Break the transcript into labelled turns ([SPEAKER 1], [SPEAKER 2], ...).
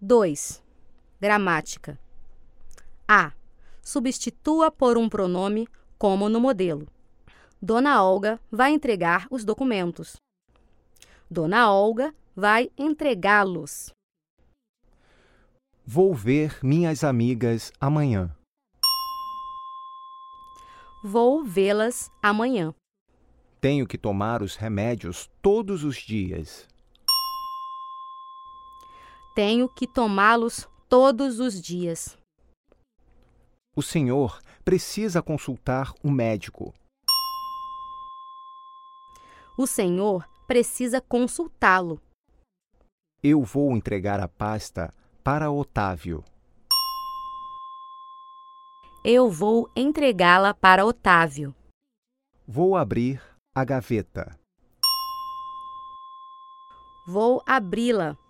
[SPEAKER 1] 2. Gramática. A. Substitua por um pronome, como no modelo. Dona Olga vai entregar os documentos. Dona Olga vai entregá-los.
[SPEAKER 2] Vou ver minhas amigas amanhã.
[SPEAKER 1] Vou vê-las amanhã.
[SPEAKER 2] Tenho que tomar os remédios todos os dias.
[SPEAKER 1] Tenho que tomá-los todos os dias.
[SPEAKER 2] O senhor precisa consultar um médico.
[SPEAKER 1] O senhor precisa consultá-lo.
[SPEAKER 2] Eu vou entregar a pasta para Otávio.
[SPEAKER 1] Eu vou entregá-la para Otávio.
[SPEAKER 2] Vou abrir a gaveta.
[SPEAKER 1] Vou abri-la.